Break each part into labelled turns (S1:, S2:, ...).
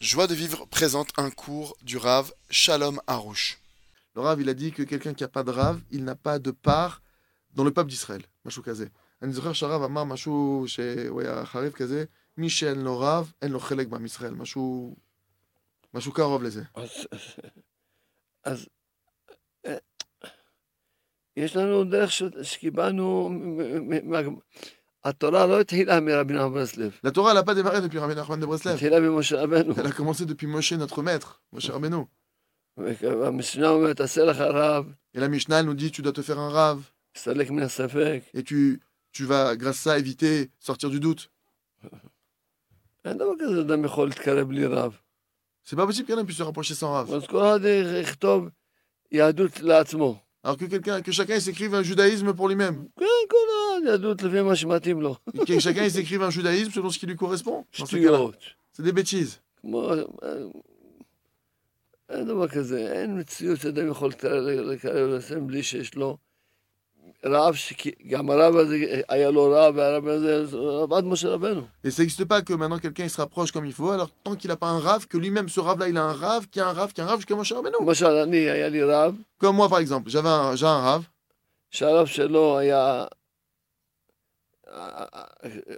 S1: Joie de vivre présente un cours du Rav Shalom Harouche.
S2: Le Rav, il a dit que quelqu'un qui n'a pas de Rav, il n'a pas de part dans le peuple d'Israël. Machou Kazé. אני זוכר שהרב אמר משהו שהוא היה חריף כזה, מי שאין לו רב, אין לו חלק בעם ישראל, משהו, משהו קרוב לזה.
S3: אז, אז, אז אה, יש לנו דרך ש, שקיבלנו, מ- מ- מ- התורה לא התחילה מרבי נחמן ברסלב,
S2: לתורה, elle n'a pas démarré depuis Rabbi Nachman de Breslev.
S3: התחילה ממשה רבנו.
S2: Elle a commencé depuis Moshe, notre maître, Moshe Rabbeinu.
S3: המשנה אומרת, עשה לך רב,
S2: Et la Mishnah elle nous dit, tu dois te faire un rave.
S3: סלק מן הספק.
S2: Et tu, tu vas, grâce à ça, éviter, sortir du doute.
S3: אין דבר כזה אדם יכול להתקרב בלי רב.
S2: C'est pas possible qu'un puisse se rapprocher sans rave.
S3: אז כל אחד יכתוב יהדות לעצמו.
S2: Alors que quelqu'un, que chacun il s'écrive un judaïsme pour lui-même.
S3: כן, כל אחד יהדות לפי מה שמתאים לו.
S2: Et Que chacun il s'écrive un judaïsme selon ce qui lui correspond. Dans ce cas-là.
S3: שטויות.
S2: C'est des bêtises.
S3: כמו... אה, אין דבר כזה, אין מציאות שאדם יכול לקרב- לקרב לשם בלי שיש לו רב, שגם הרב הזה היה לו רב, והרב הזה, אז רב עד משה רבנו.
S2: Et ça n'existe pas que maintenant quelqu'un il se rapproche comme il faut, alors tant qu'il n'a pas un rave, que lui-même ce rave là il a un rave, qui a un rave, qui a un rave jusqu'à Moshe Rabbeinu.
S3: למשל, אני, היה לי רב,
S2: Comme moi par exemple, j'avais un, j'ai un rave,
S3: שהרב שלו היה...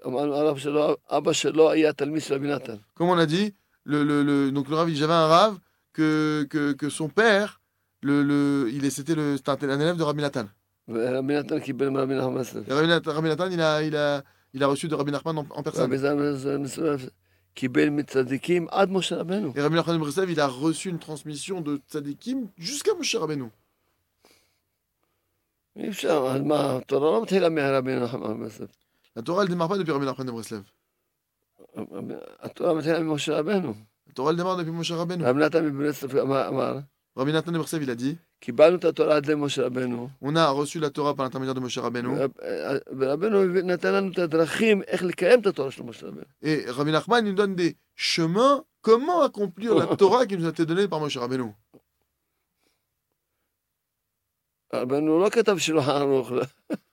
S3: אמרנו, הרב שלו, אבא שלו היה תלמיד של רבי נתן.
S2: comme on a dit, le, le, le- donc le rave, il- j'avais un rave que, que, que son père, le, le, il est- c'était le, c'était un, un élève de Rabbi Nathan.
S3: ורבי נתן קיבל מרבי נחמן מסלב.
S2: Et Rabbi Nat- Rabbi Nathan, il a, il, a, il a reçu de Rabbi Nachman en, en personne.
S3: רבי זלמן מסלב קיבל מצדיקים עד משה רבנו.
S2: Et Rabbi Nachman de Breslev, il a reçu une transmission de Tzadikim jusqu'à Moshe Rabbeinu.
S3: אי אפשר, אז מה, התורה לא מתחילה מהרבי נחמן מסלב.
S2: La Torah, elle démarre pas depuis Rabbi Nachman de Breslev.
S3: התורה מתחילה ממשה רבנו.
S2: La Torah, elle démarre depuis Moshe Rabbeinu.
S3: רבי נתן מברסלב אמר, אמר,
S2: Rabbi Nathan de Breslev, il a dit,
S3: קיבלנו את התורה עד למשה רבנו,
S2: on a reçu la Torah par l'intermédiaire de Moshe Rabbeinu.
S3: ורב- ורבנו נתן לנו את הדרכים איך לקיים את התורה של משה רבנו.
S2: Et Rabbi Nachman, il nous donne des chemins, comment accomplir la Torah qui nous a été donnée par Moshe Rabbeinu.
S3: רבנו לא כתב שולחן ערוך ל-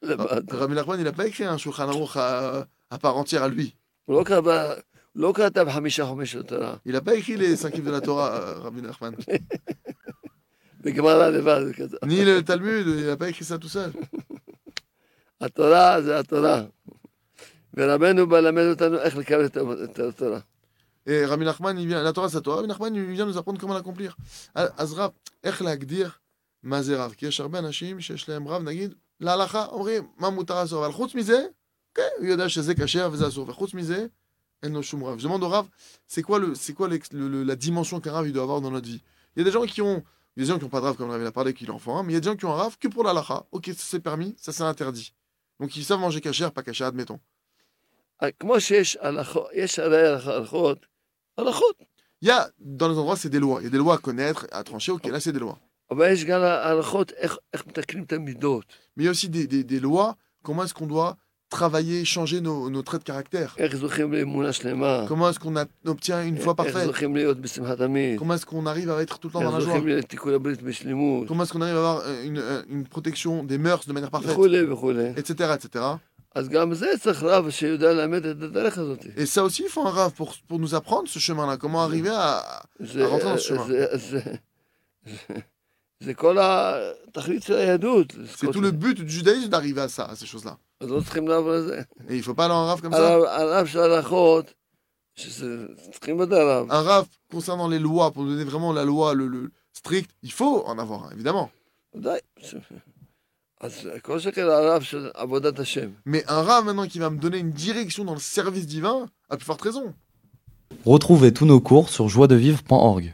S3: לבד.
S2: Rabbi Nachman, il n'a pas écrit un Shulchan Aruch à, à part entière à lui.
S3: הוא לא כתב- לא כתב חמישה חומש של תורה.
S2: Il n'a pas écrit les cinq livres de la Torah, euh, Rabbi Nachman.
S3: זה גמרא לבד. הוא כתב.
S2: Ni le Talmud, il n'a pas écrit ça tout seul.
S3: התורה זה התורה. ורבנו בא ללמד אותנו איך לקבל את ה- את התורה.
S2: Et Rabbi Nachman, il vient, la Torah, c'est la Torah. Rabbi Nachman, il vient nous apprendre comment l'accomplir. Azra, איך להגדיר מה זה רב? כי יש הרבה אנשים שיש להם רב, נגיד, להלכה, אומרים, מה מותר אסור, אבל חוץ מזה, כן, הוא יודע שזה כשר וזה אסור, וחוץ מזה, אין לו שום רב. Je demande au רב, c'est quoi, le, c'est quoi l'ex- le- le- la dimension qu'un rave il doit avoir dans notre vie Il y a des gens qui ont, il y a des gens qui n'ont pas de rave, comme on avait parlé, qui en font un, hein, mais il y a des gens qui ont un rave que pour l'alacha. Ok, ça c'est permis, ça c'est interdit. Donc ils savent manger cachère, pas cachère, admettons.
S3: אה, כמו שיש הלכות, יש הרי הלכות, הלכות,
S2: Il y a, dans les endroits, c'est des lois. Il y a des lois à connaître, à trancher, ok, là c'est des lois.
S3: אבל יש גם הלכות איך, איך מתקנים את המידות,
S2: mais il y a aussi des, des- des lois. Comment est-ce qu'on doit travailler, changer nos, nos traits de caractère
S3: איך זוכים לאמונה שלמה,
S2: Comment est-ce qu'on a- obtient une foi
S3: איך
S2: parfaite
S3: זוכים להיות בשמחת עמית,
S2: Comment est-ce qu'on arrive à être tout le temps dans la
S3: איך
S2: joie
S3: זוכים לתיקון הברית בשלמות,
S2: Comment est-ce qu'on arrive à avoir euh, une, euh, une protection des mœurs de manière parfaite
S3: וכולי וכולי.
S2: Etc. etc.
S3: אז גם זה צריך רב שיודע ללמד את הדרך הזאת.
S2: Et ça aussi, il faut un rave pour, pour nous apprendre ce chemin-là. Comment arriver à.
S3: זה,
S2: הרב לא שומע.
S3: זה, זה, זה, זה כל התכלית של היהדות.
S2: C'est tout le but du judaïsme d'arriver à ça, à ces choses-là.
S3: אז לא צריכים לעבור לזה.
S2: Et il ne faut pas aller en rave comme ça.
S3: הרב הרב של הלכות, שזה- צריכים לדעת עליו.
S2: Un rave concernant les lois, pour nous donner vraiment la loi, le, le strict, il faut en avoir un, évidemment.
S3: די. אז כל שכן הרב של עבודת השם.
S2: Mais un rave maintenant qui va me donner une direction dans le service divin, à plus forte raison.
S4: Retrouvez tous nos cours sur joiedevivre.org.